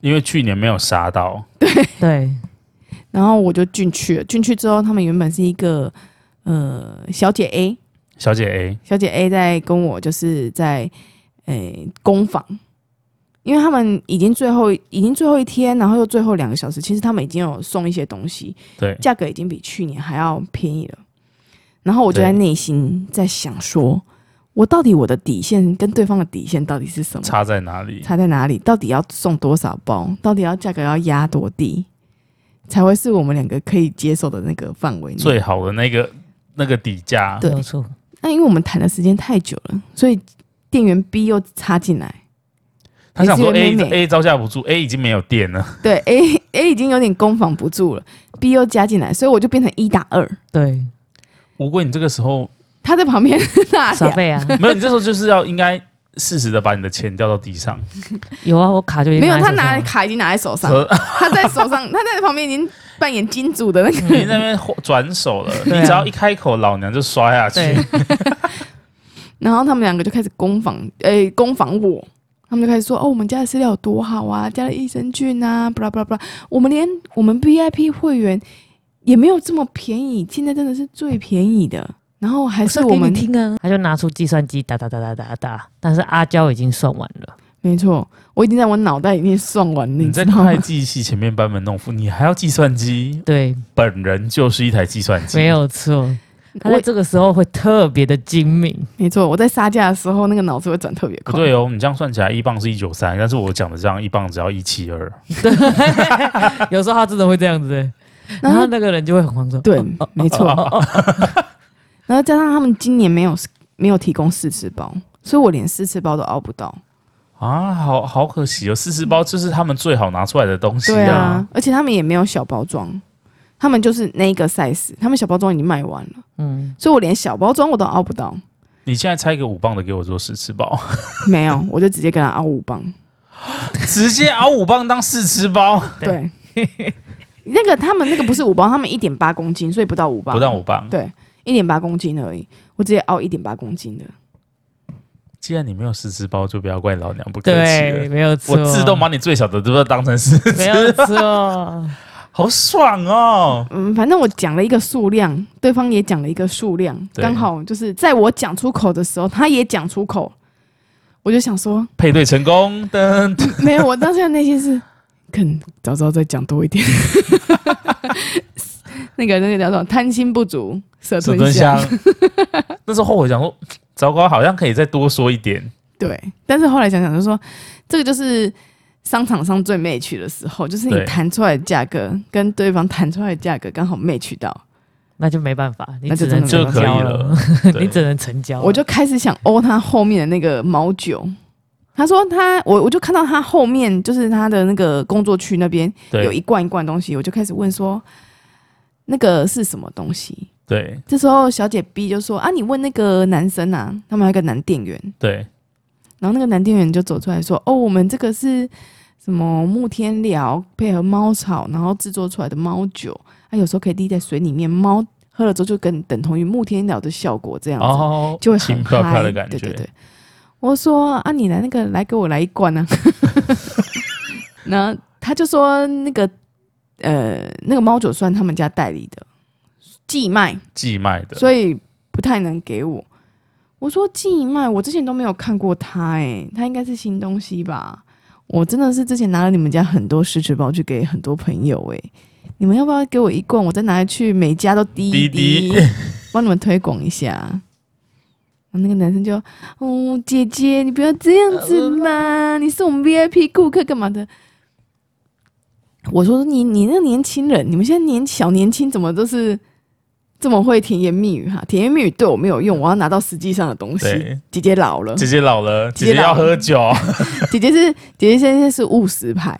A: 因为去年没有杀到，
B: 对，”
C: 然后我就进去了。进去之后，他们原本是一个呃小姐 A，
A: 小姐 A
C: 小姐 A 在跟我就是在诶、工坊，因为他们已经最后已经最后一天，然后又最后两个小时，其实他们已经有送一些东西，
A: 对
C: 价格已经比去年还要便宜了。然后我就在
A: 对
C: 内心在想说，我到底我的底线跟对方的底线到底是什么？
A: 差在哪里？
C: 差在哪里？到底要送多少包？到底要价格要压多低，才会是我们两个可以接受的那个范围内？
A: 最好的那个那个底价，
C: 嗯对
B: 没有错，
C: 那因为我们谈的时间太久了，所以店员 B 又插进来。
A: 他想说
C: 也
A: A
C: 是一个妹妹
A: A 招架不住，A 已经没有电了，
C: 对 A A 已经有点攻防不住了，B 又加进来，所以我就变成一打二。
B: 对，
A: 乌龟，你这个时 候
C: 他在旁边大
B: 傻
C: 聊，
B: 贝啊，
A: 没有，你这时候就是要应该适时的把你的钱掉到地上，
B: 有啊，我卡就已经
C: 没有他
B: 在手
C: 拿
B: 上了
C: 卡已经拿在手上，
A: 和
C: 他在手上，他在旁边已经扮演金主的那个。
A: 你那边转手 了，你
B: 对啊
A: 只要一开口，老娘就刷下去。
B: 对，
C: 然后他们两个就开始攻防，诶、攻防我。他们就开始说：“哦，我们家的饲料有多好啊，加了益生菌啊，巴拉巴拉巴拉。我们连我们 VIP 会员也没有这么便宜，现在真的是最便宜的。然后还
B: 不
C: 是我们
B: 听啊，他就拿出计算机打打打打打打，但是阿娇已经算完了，
C: 没错，我已经在我脑袋里面算完了，
A: 你
C: 知
A: 在
C: 道吗
A: 会？计系前面班门弄斧，你还要计算机？
B: 对，
A: 本人就是一台计算机，
B: 没有错。他在
C: 我
B: 这个时候会特别的精明，
C: 没错，我在杀价的时候，那个脑子会转特别
A: 不
C: 快。
A: 对哦，你这样算起来一磅是一九三，但是我讲的这样一磅只要一七二，
B: 有时候他真的会这样子、然
C: 然
B: 后
C: 后
B: 那个人就会很慌张。
C: 对
A: 嗯
B: 哦哦，
C: 没错
B: 哦哦哦
C: 然后加上他们今年没有没有提供试吃包，所以我连试吃包都熬不到。
A: 啊，好好可惜哦！四十包就是他们最好拿出来的东西
C: 对
A: 啊
C: 啊，，而且他们也没有小包装，他们就是那一个 size，他们小包装已经卖完了，
B: 嗯，
C: 所以我连小包装我都熬不到。
A: 你现在拆一个五磅的给我做试吃 包，
C: 没有，我就直接跟他熬五磅。
A: 直接熬五磅当试吃包，
C: 对，那个他们那个不是五磅，他们一点八公斤，所以不到五磅，
A: 不到五磅。
C: 对，一点八公斤而已。我直接熬一点八公斤的，
A: 既然你没有试吃包，就不要怪老娘不客气
B: 对，
A: 了。
B: 没有错，
A: 我自动把你最小的都要当成 试
B: 没
A: 吃，
B: 有错，
A: 好爽哦！
C: 嗯，反正我讲了一个数量，对方也讲了一个数量，
A: 对
C: 刚好就是在我讲出口的时候，他也讲出口，我就想说，
A: 配对成功， 噔，
C: 没有，我当时的内心是，肯早知道再讲多一点。 那个那个叫什么？贪心不足蛇
A: 整
C: 吞
A: 顿
C: 象
A: 香。。 那时候后悔想说，糟糕，好像可以再多说一 点。
C: 对，但是后来想想就说，这个就是商场上最 match 的时候，就是你
A: 对
C: 谈出来的价格跟对方谈出来的价格刚好 match 到，
B: 那就没办法，你
C: 那
B: 只
C: 就
B: 能
C: 真的
A: 就
B: 成
A: 可以
B: 交
A: 了
B: 了，，
A: 对
B: 你只能成
A: 嗯
B: 交了。
C: 我就开始想欧他后面的那个毛酒。他说他我我就看到他后面就是他的那个工作区那边有
A: 对
C: 一罐一罐东西，我就开始问说啊那个是什么东西。
A: 对
C: 这时候小姐 B 就说啊，你问那个男生啊，他们还有一个男店员，
A: 对，
C: 然后那个男店员就走出来说：“哦，我们这个是什么木天蓼配合猫草，然后制作出来的猫酒，它、有时候可以滴在水里面，猫喝了之后就跟等同于木天蓼的效果，这样子、
A: 哦，
C: 就会
A: 轻
C: 很
A: 飘飘的
C: 嗨
A: 感觉，
C: 对对对，我说：“啊，你来那个来给我来一罐啊。” 然后他就说：“那个呃，那个猫酒算他们家代理的，寄卖。”
A: 寄卖的。
C: 所以不太能给我。我说寄卖，我之前都没有看过它、欸，它应该是新东西吧？我真的是之前拿了你们家很多试吃包去给很多朋友、欸，你们要不要给我一罐？我再拿去每家都滴一滴
A: 滴，
C: 帮你们推广一下。然后那个男生就，哦，姐姐，你不要这样子嘛，你是我们 VIP 顾客干嘛的？我说你你那个年轻人，你们现在年小年轻怎么都是这么会甜言蜜语哈？甜言蜜语对我没有用，我要拿到实际上的东西。
A: 对，
C: 姐姐老了，
A: 姐姐老了，姐
C: 呃姐姐
A: 姐要
C: 老了
A: 喝酒，
C: 姐姐是姐姐现在是务实派，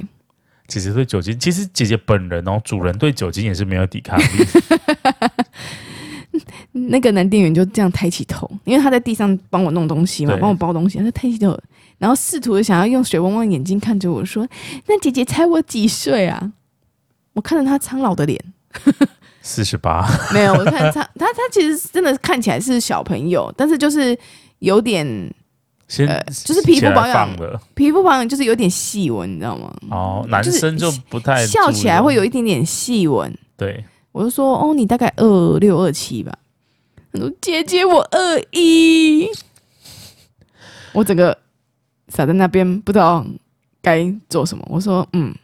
A: 姐姐对酒精，其实姐姐本人哦，主人对酒精也是没有抵抗力。
C: 那个男店员就这样抬起头，因为他在地上帮我弄东西嘛，
A: 对
C: 帮我包东西，他就抬起头，然后试图想要用水汪汪的眼睛看着我说：“那姐姐猜我几岁啊？”我看着他苍老的脸，
A: 四十八，
C: 没有，我看他他他其实真的看起来是小朋友，但是就是有点
A: 先
C: 呃就是皮肤保
A: 起来
C: 养
A: 放了
C: 皮肤保养就是有点细纹，你知道吗？
A: 哦，男生就不太
C: 笑起来
A: 注意
C: 会有一点点细纹。
A: 对，
C: 我就说：“哦，你大概二六二七吧。”他说：“姐姐，我二一。”我整个傻在那边，不知道该做什么。我说：“嗯，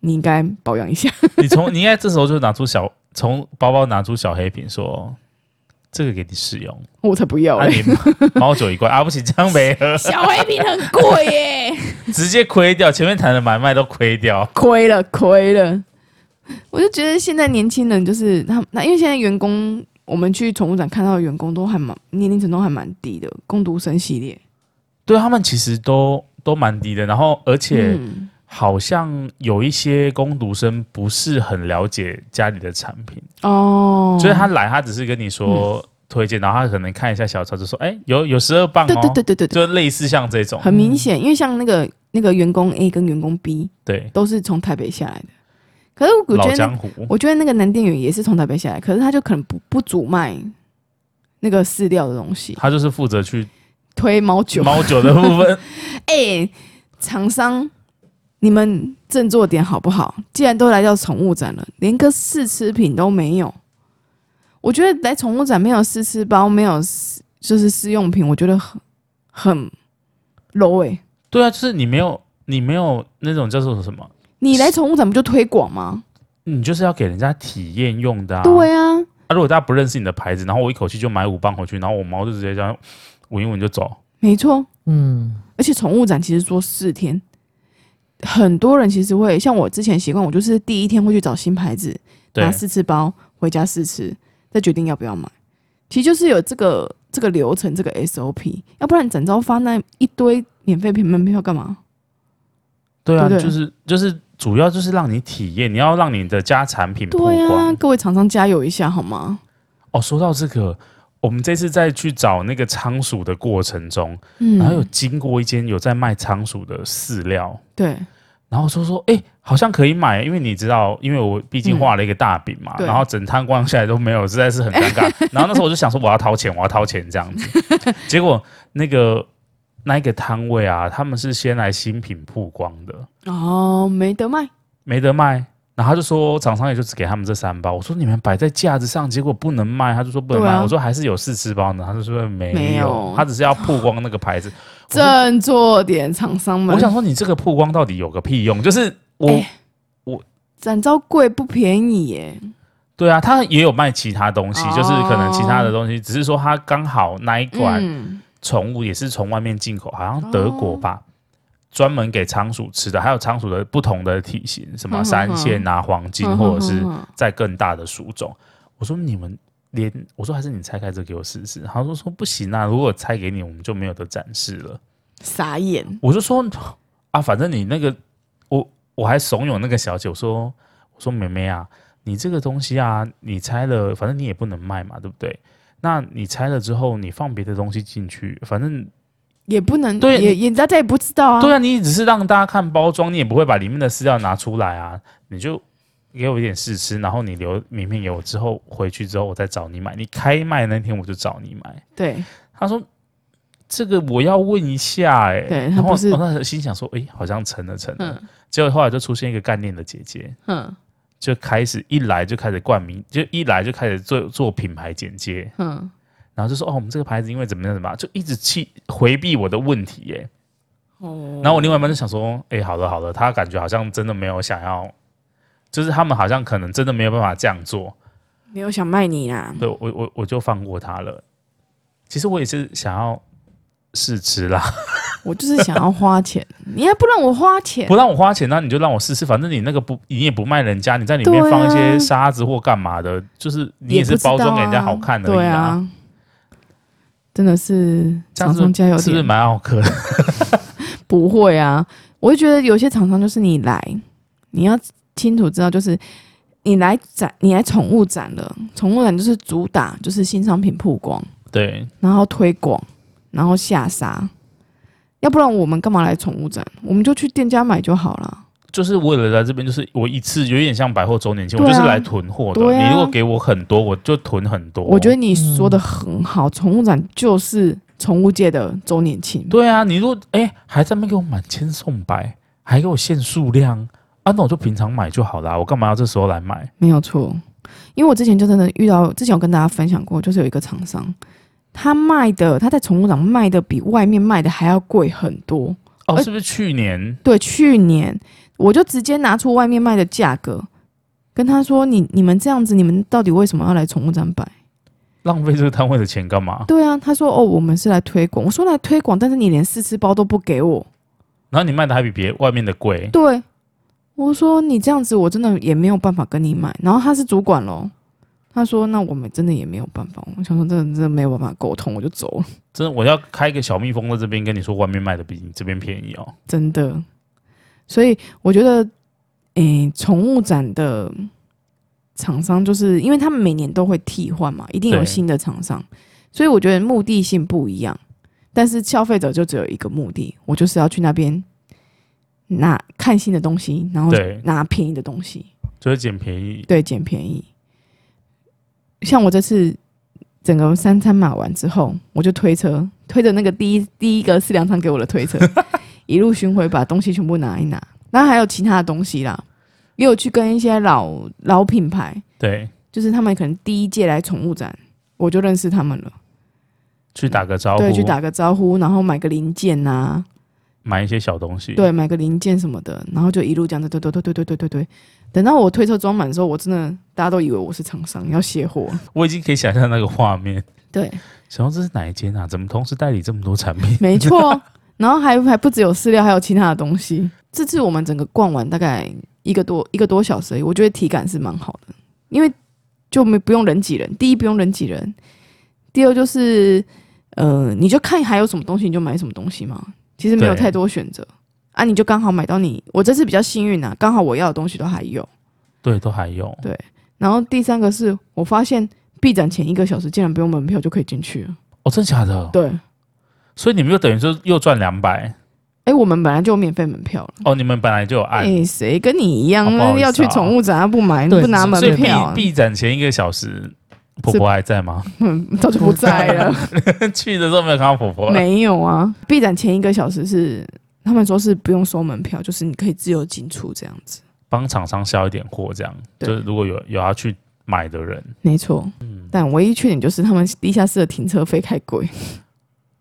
C: 你应该保养一下。
A: 你从你应该这时候就拿出小从包包拿出小黑瓶说。这个给你试用，”
C: 我才不要
A: 啊
C: 嘞、
A: 你猫酒一 罐，啊不行，这样没喝，
C: 小黑瓶很贵耶、
A: 直接亏掉，前面谈的买卖都亏掉，
C: 亏了亏了。我就觉得现在年轻人就是他，那因为现在员工，我们去宠物展看到的员工都还蛮年龄层都还蛮低的，工读生系列。
A: 对他们其实都都蛮低的，然后而且、
C: 嗯，
A: 好像有一些工读生不是很了解家里的产品，
C: 哦，嗯
A: 就是他来，他只是跟你说推荐，然后他可能看一下小抄，就说：“哎、有有十二磅哦。”
C: 对对对对对对，
A: 就类似像这种，
C: 很明显，因为像那个那个员工 A 跟员工 B
A: 对
C: 都是从台北下来的，可是我
A: 老
C: 觉得
A: 江
C: 那
A: 湖，
C: 我觉得那个男店员也是从台北下来，可是他就可能不不主卖那个饲料的东西，
A: 他就是负责去
C: 推猫酒。
A: 猫酒的部分。
C: 哎、厂商，你们振作点好不好？既然都来到宠物展了，连个试吃品都没有，我觉得来宠物展没有试吃包，没有试就是试用品，我觉得很很 low 哎、
A: 对啊，就是你没有你没有那种叫做什么，
C: 你来宠物展不就推广吗？
A: 你就是要给人家体验用的啊。
C: 对啊，
A: 啊，如果大家不认识你的牌子，然后我一口气就买五磅回去，然后我猫就直接这样闻一闻就走。
C: 没错。
B: 嗯，
C: 而且宠物展其实做四天，很多人其实会像我之前习惯，我就是第一天会去找新牌子，
A: 对
C: 拿，试吃包回家试吃，再决定要不要买。其实就是有这个这个流程，这个 SOP，要不然展昭发那一堆免费门票干嘛？
A: 对啊，
C: 对不对
A: 就是就是主要就是让你体验，你要让你的家产品曝
C: 对啊，
A: 光。
C: 各位厂商加油一下好吗？
A: 哦，说到这个，我们这次在去找那个仓鼠的过程中，然后有
C: 嗯，
A: 经过一间有在卖仓鼠的饲料，
C: 对
A: 然后说说，哎、好像可以买，因为你知道，因为我毕竟画了一个大饼嘛，
C: 嗯对
A: 然后整摊逛下来都没有，实在是很 尴尬。然后那时候我就想说，我要掏钱，我要掏钱这样子。结果那个那一个摊位啊，他们是先来新品曝光的，
C: 哦，没得卖，
A: 没得卖。然后他就说，厂商也就只给他们这三包。我说你们摆在架子上，结果不能卖，他就说不能卖。
C: 对啊
A: 我说还是有试吃包呢，他就说没有，
C: 没有
A: 他只是要曝光那个牌子。我说
C: 振作点，厂商们
A: 我。想说你这个曝光到底有个屁用？就是我，
C: 哎展昭贵不便宜耶，
A: 对啊，他也有卖其他东西，
C: 哦
A: 就是可能其他的东西，只是说他刚好那一款
C: 嗯，哦
A: 宠物也是从外面进口，好像德国吧。专门给仓鼠吃的，还有仓鼠的不同的体型，什么
C: 嗯哼哼嗯
A: 三线啊、黄金，或者是
C: 哼哼哼
A: 在更大的鼠种。我说你们连我说还是你拆开这给我试试。他说说不行啊，如果拆给你，我们就没有的展示了。
C: 傻眼，
A: 我就说啊，反正你那个我我还怂恿那个小姐，我说我说妹妹啊，你这个东西啊，你拆了，反正你也不能卖嘛，对不对？那你拆了之后，你放别的东西进去，反正
C: 也不能，
A: 对
C: 也也大家也不知道啊。
A: 对啊，你只是让大家看包装，你也不会把里面的饲料拿出来啊，你就给我一点试吃，然后你留名片给我，之后回去之后我再找你买。你开卖那天我就找你买。
C: 对
A: 他说这个我要问一下、欸，
C: 对他
A: 然后
C: 不是
A: 我那时候心想说，诶，好像成了成了。
C: 嗯
A: 结果后来就出现一个干练的姐姐，
C: 嗯
A: 就开始一来就开始冠名，就一来就开始做做品牌简介，
C: 嗯，
A: 然后就说哦，我们这个牌子因为怎么样怎么样，就一直去回避我的问题、耶。
C: 哦，
A: 然后我另外一半就想说，哎、好了好了，他感觉好像真的没有想要，就是他们好像可能真的没有办法这样做，
C: 没有想卖你啦，
A: 对我我我就放过他了。其实我也是想要试吃啦，
C: 我就是想要花钱，你还不让我花 钱，
A: 不让我花钱，那你就让我试试，反正你那个不你也不卖人家，你在里面
C: 对啊
A: 放一些沙子或干嘛的，就是你也
C: 也
A: 是
C: 不知道
A: 包
C: 啊
A: 装给人家好看而已
C: 对
A: 啊，
C: 啊，真的是
A: 这样
C: 厂
A: 子
C: 商加油
A: 是不是
C: 点，
A: 蛮好客的？
C: 不会啊，我会觉得有些厂商就是你来，你要清楚知道，就是你来展，你来宠物展了，宠物展就是主打就是新商品曝光，
A: 对，
C: 然后推广，然后下杀。要不然我们干嘛来宠物展？我们就去店家买就好了。
A: 就是为了来这边，就是我一次有点像百货周年庆，我
C: 对啊
A: 就是来囤货的。
C: 对啊
A: 你如果给我很多，我就囤很多。
C: 我觉得你说的很好，宠、物展就是宠物界的周年庆。
A: 对啊，你如果哎、还在那边给我满千送百，还给我限数量啊，那我就平常买就好啦，我干嘛要这时候来买？
C: 没有错，因为我之前就真的遇到，之前有跟大家分享过，就是有一个厂商，他卖的他在宠物展卖的比外面卖的还要贵很多。
A: 哦，
C: 呃
A: 是不是去年？
C: 对，去年我就直接拿出外面卖的价格，跟他说：“你你们这样子，你们到底为什么要来宠物展摆？”
A: 浪费这个摊位的钱干嘛？
C: 对啊，他说：“哦，我们是来推广。”我说：“来推广，但是你连试吃包都不给我。
A: 然后你卖的还比别外面的”贵，
C: 对，我说：“你这样子，我真的也没有办法跟你买。”然后他是主管喽，他说：“那我们真的也没有办法。”我想说，真的真的没有办法沟通，我就走了。
A: 真的我要开一个小蜜蜂在这边跟你说，外面卖的比你这边便宜哦。
C: 真的。所以我觉得，诶、宠物展的厂商就是因为他们每年都会替换嘛，一定有
A: 对
C: 新的厂商，所以我觉得目的性不一样。但是消费者就只有一个目的，我就是要去那边拿看新的东西，然后
A: 对
C: 拿便宜的东西，
A: 就是捡便宜，
C: 哦对，捡便宜。像我这次整个三餐买完之后，我就推车，推着那个第一第一个四粮汤给我的推车，一路巡回把东西全部拿一拿，然后还有其他的东西啦，也有去跟一些老老品牌，
A: 对，
C: 就是他们可能第一届来宠物展，我就认识他们了，
A: 去打个招呼，
C: 对，去打个招呼，然后买个零件呐、
A: 买一些小东西，，
C: 对，买个零件什么的，然后就一路这样子，对对对对对对对对。等到我推车装满的时候，我真的大家都以为我是厂商要卸货，
A: 我已经可以想象那个画面。
C: 对，
A: 想说这是哪一间啊？怎么同时代理这么多产品？
C: 没错。然后还还不只有饲料，还有其他的东西。这次我们整个逛完大概一个多一个多小时而已，我觉得体感是蛮好的，因为就没不用人挤人。第一不用人挤人，第二就是呃，你就看还有什么东西你就买什么东西嘛。其实没有
A: 对
C: 太多选择啊，你就刚好买到你。我这次比较幸运啊，刚好我要的东西都还有。
A: 对，都还有。
C: 对然后第三个是我发现闭展前一个小时竟然不用门票就可以进去了。
A: 哦，真的假的？
C: 对，
A: 所以你们就等于说又赚两百
C: 哎，我们本来就有免费门票了。
A: 哦，你们本来就有按。
C: 哎、谁跟你一样
A: 哦不好意思啊
C: 要去宠物展，他不买，
B: 对
C: 不拿门
A: 所以闭
C: 票，
A: 闭展前一个小时，婆
C: 是
A: 婆还在吗？
C: 嗯，早就不在 了。
A: 去的时候没有看到婆婆了。
C: 没有啊，闭展前一个小时是他们说是不用收门票，就是你可以自由进出这样子。
A: 帮厂商销一点货，这样
C: 对
A: 就是如果有有要去买的人，
C: 没错，
A: 嗯
C: 但唯一缺点就是他们地下室的停车费太贵。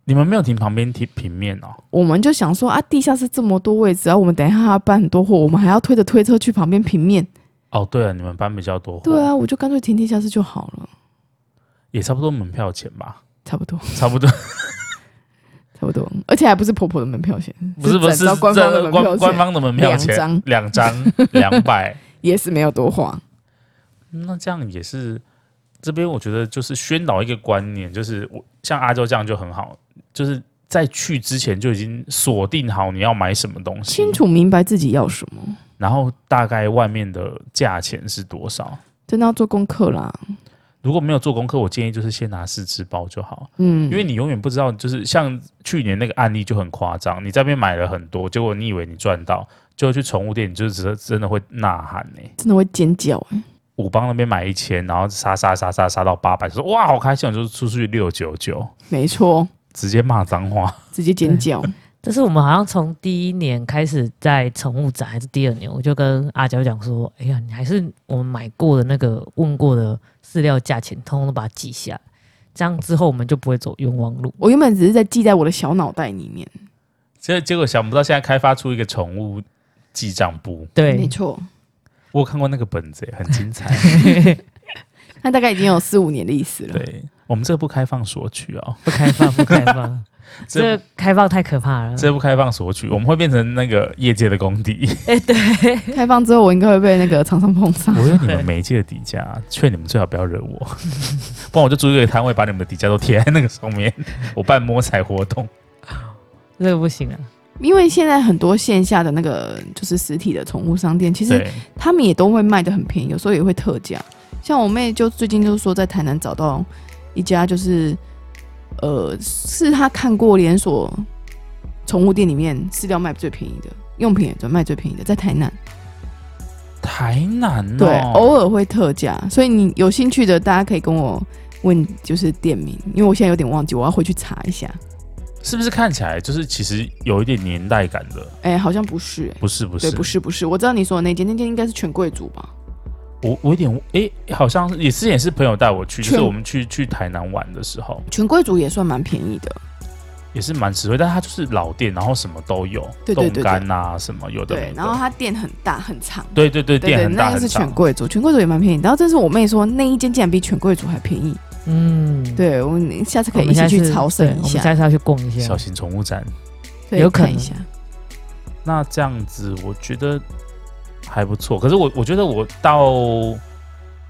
A: 你们没有停旁边停平面哦，
C: 我们就想说啊，地下室这么多位置啊，我们等一下还要搬很多货，我们还要推着推车去旁边平面。
A: 哦，对了，你们班比较多，
C: 对，啊，我就干脆停地下室就好了，
A: 也差不多门票钱吧，
C: 差不多，
A: 差 不多，
C: 差不多，而且还不是婆婆的门票钱，
A: 不是不
C: 整
A: 是
C: 张官方的
A: 这
C: 门票
A: 官
C: 钱
A: 官方的门票钱两张两百，
C: 也是没有多花。
A: 那这样也是这边我觉得就是宣导一个观念，就是我像阿周这样就很好，就是在去之前就已经锁定好你要买什么东西
C: 清，楚明白自己要什么，
A: 然后大概外面的价钱是多少。
C: 真的要做功课啦。
A: 如果没有做功课，我建议就是先拿试吃包就好。
C: 嗯，
A: 因为你永远不知道，就是像去年那个案例就很夸张，你在那边买了很多，结果你以为你赚到，结果去宠物店，你就只真的会呐喊呢、
C: 真的会尖叫、欸。
A: 我帮那边买一千，然后杀杀杀杀杀到八百，说哇好开心，我哦就出去六九九，
C: 没错，
A: 直接骂脏话。
C: 直接尖叫。
B: 这是我们好像从第一年开始在宠物展，还是第二年，我就跟阿娇讲说：“哎呀，你还是我们买过的那个问过的饲料价钱，通通都把它记下来，这样之后我们就不会走冤枉路。
C: 我原本只是在记在我的小脑袋里面。
A: 结结果想不到现在开发出一个宠物记账簿，”
B: 对，
C: 错，
A: 我有看过那个本子、很精彩。
C: 那大概已经有四五年的意思了。
A: 对我们这个不开放索取哦，
B: 不开放，不开放，
A: 这
B: 这开放太可怕了。
A: 这不开放索取，我们会变成那个业界的公敌。
B: 哎
C: 开放之后，我应该会被那个厂商碰 上。
A: 我有你们媒介的底 价，劝你们最好不要惹我， 不然我就租一个摊位，把你们的底价都贴在那个上 面。我办摸彩活动，
B: 这个不行啊！
C: 因为现在很多线下的那个就是实体的宠物商店，其实
A: 对，
C: 他们也都会卖的很便宜，有时候也会特价。像我妹就最近就是说在台南找到一家就是，呃，是她看过连锁宠物店里面饲料卖最便宜的，用品也专卖最便宜的，在台南。
A: 台南哦，
C: 对，偶尔会特价，所以你有兴趣的，大家可以跟我问，就是店名，因为我现在有点忘记，我要回去查一下。
A: 是不是看起来就是其实有一点年代感的？
C: 哎、好像不是、哎，
A: 不是，不
C: 对，
A: 是，
C: 不是，不是，我知道你说的那间，那间应该是全贵族吧？
A: 我我有点诶，好像是也之前也是朋友带我去，就是
C: 全
A: 我们去去台南玩的时候，
C: 全贵族也算蛮便宜的，
A: 也是蛮实惠，但它就是老店，然后什么都有，
C: 对对对对
A: 冻干啊什么有的
C: 对
A: 没。
C: 然后
A: 的，
C: 它店很大很长，
A: 对对对，
C: 对
A: 店
C: 对，
A: 很
C: 那
A: 大
C: 个
A: 很
C: 是全
A: 长，
C: 贵族，全贵族也蛮便宜。然后但是我妹说那一间竟然比全贵族还便宜，
B: 嗯，，
C: 对我们下次可
B: 我
C: 以
B: 们
C: 一起
B: 下次
C: 去朝
B: 对
C: 圣一
B: 我们
C: 下，
B: 下次要去逛一下
A: 小。型宠物展。
C: 对
B: 有可
C: 看一
B: 能
C: 下。
A: 那这样子，我觉得还不错。可是我我觉得我到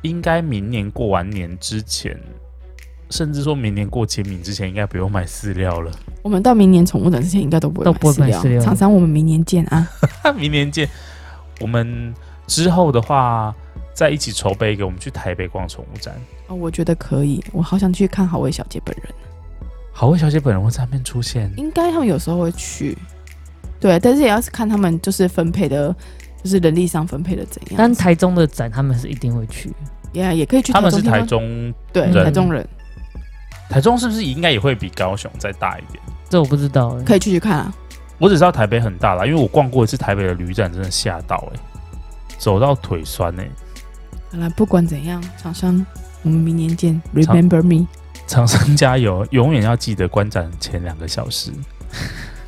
A: 应该明年过完年之前，甚至说明年过清明之前，应该不用买饲料 了。
C: 我们到明年宠物展之前应该都不会
B: 都不会买饲
C: 料，
B: 料
C: 厂商我们明年见啊！
A: 明年见。我们之后的话，再一起筹备一个，我们去台北逛宠物展。
C: 哦，我觉得可以，我好想去看好味小姐本人。
A: 好味小姐本人会在那边出现，
C: 应该他们有时候会去，对，但是也要是看他们就是分配的，就是人力上分配的怎样。
B: 但台中的展他们是一定会去，
C: 也也可以去
A: 他们是
C: 地方
A: 台中，
C: 啊对
A: 人
C: 台中人
A: 台中是不是应该也会比高雄再大一点？
B: 这我不知道欸。
C: 可以去去看啊。
A: 我只知道台北很大啦，因为我逛过一次台北的旅展，真的吓到哎、欸，走到腿酸哎、
C: 啊好了，不管怎样，厂商，我们明年见。
A: 厂
C: Remember me，
A: 厂商加油，永远要记得观展前两个小时，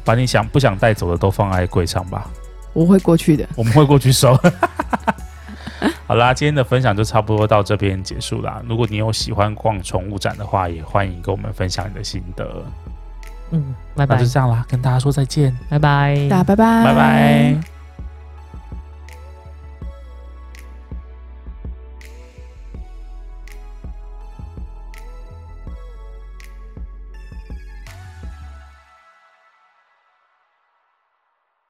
A: 把你想不想带走的都放在柜上吧，
C: 我会过去的。
A: 我们会过去收。 好啦，今天的分享就差不多到这边结束啦。如果你有喜欢逛宠物展的话，也欢迎跟我们分享你的心得。
B: 嗯，拜
A: 那
B: 拜
A: 啊就，这样啦，跟大家说再见，
B: 拜拜，
C: 大家拜拜，
A: 拜拜。